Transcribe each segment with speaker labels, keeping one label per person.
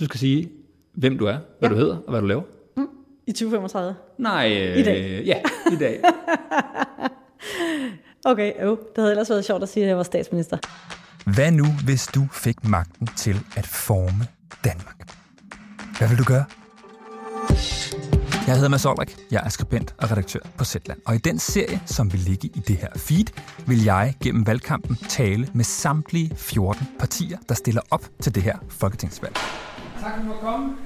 Speaker 1: Du skal sige, hvem du er, hvad ja. du hedder og hvad du laver.
Speaker 2: I 2035.
Speaker 1: Nej, øh,
Speaker 2: I dag.
Speaker 1: ja, i dag.
Speaker 2: Okay, øv. Det havde ellers været sjovt at sige, at jeg var statsminister.
Speaker 3: Hvad nu, hvis du fik magten til at forme Danmark? Hvad vil du gøre? Jeg hedder Mads Olrik, jeg er skribent og redaktør på Zetland, og i den serie, som vil ligge i det her feed, vil jeg gennem valgkampen tale med samtlige 14 partier, der stiller op til det her folketingsvalg.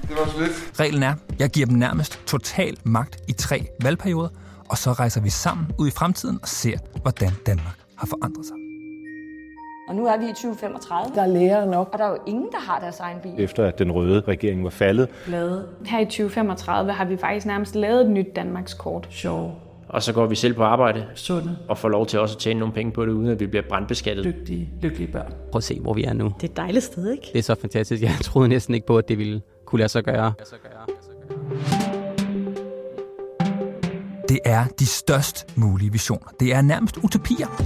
Speaker 4: Det var så lidt.
Speaker 3: Reglen er, jeg giver dem nærmest total magt i tre valgperioder, og så rejser vi sammen ud i fremtiden og ser, hvordan Danmark har forandret sig.
Speaker 5: Og nu er vi i 2035,
Speaker 6: Der er læger nok.
Speaker 5: og der er jo ingen, der har deres egen bil.
Speaker 7: efter at den røde regering var faldet.
Speaker 8: Her i 2035 har vi faktisk nærmest lavet et nyt Danmarkskort.
Speaker 6: Sjove,
Speaker 9: Og så går vi selv på arbejde
Speaker 6: sunde,
Speaker 9: og får lov til også at tjene nogle penge på det, uden at vi bliver brandbeskattet.
Speaker 6: dygtige, lykkelige børn.
Speaker 10: Prøv at se, hvor vi er nu.
Speaker 2: Det er et dejligt sted, ikke?
Speaker 10: Det er så fantastisk. Jeg troede næsten ikke på, at det ville kunne lade sig gøre.
Speaker 3: Det er de størst mulige visioner. Det er nærmest utopier.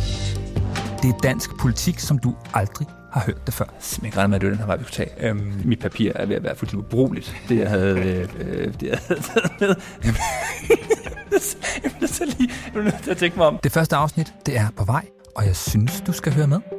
Speaker 3: Det er dansk politik, som du aldrig har hørt det før.
Speaker 1: Smæk regnet med, at det var den her vej, vi kunne tage. Øhm, mit papir er ved at være fuldstændig ubrugeligt. Det, jeg havde, øh, øh, det, jeg havde taget med. jeg bliver så lige jeg bliver nødt til at tænke mig om.
Speaker 3: Det første afsnit, det er på vej, og jeg synes, du skal høre med.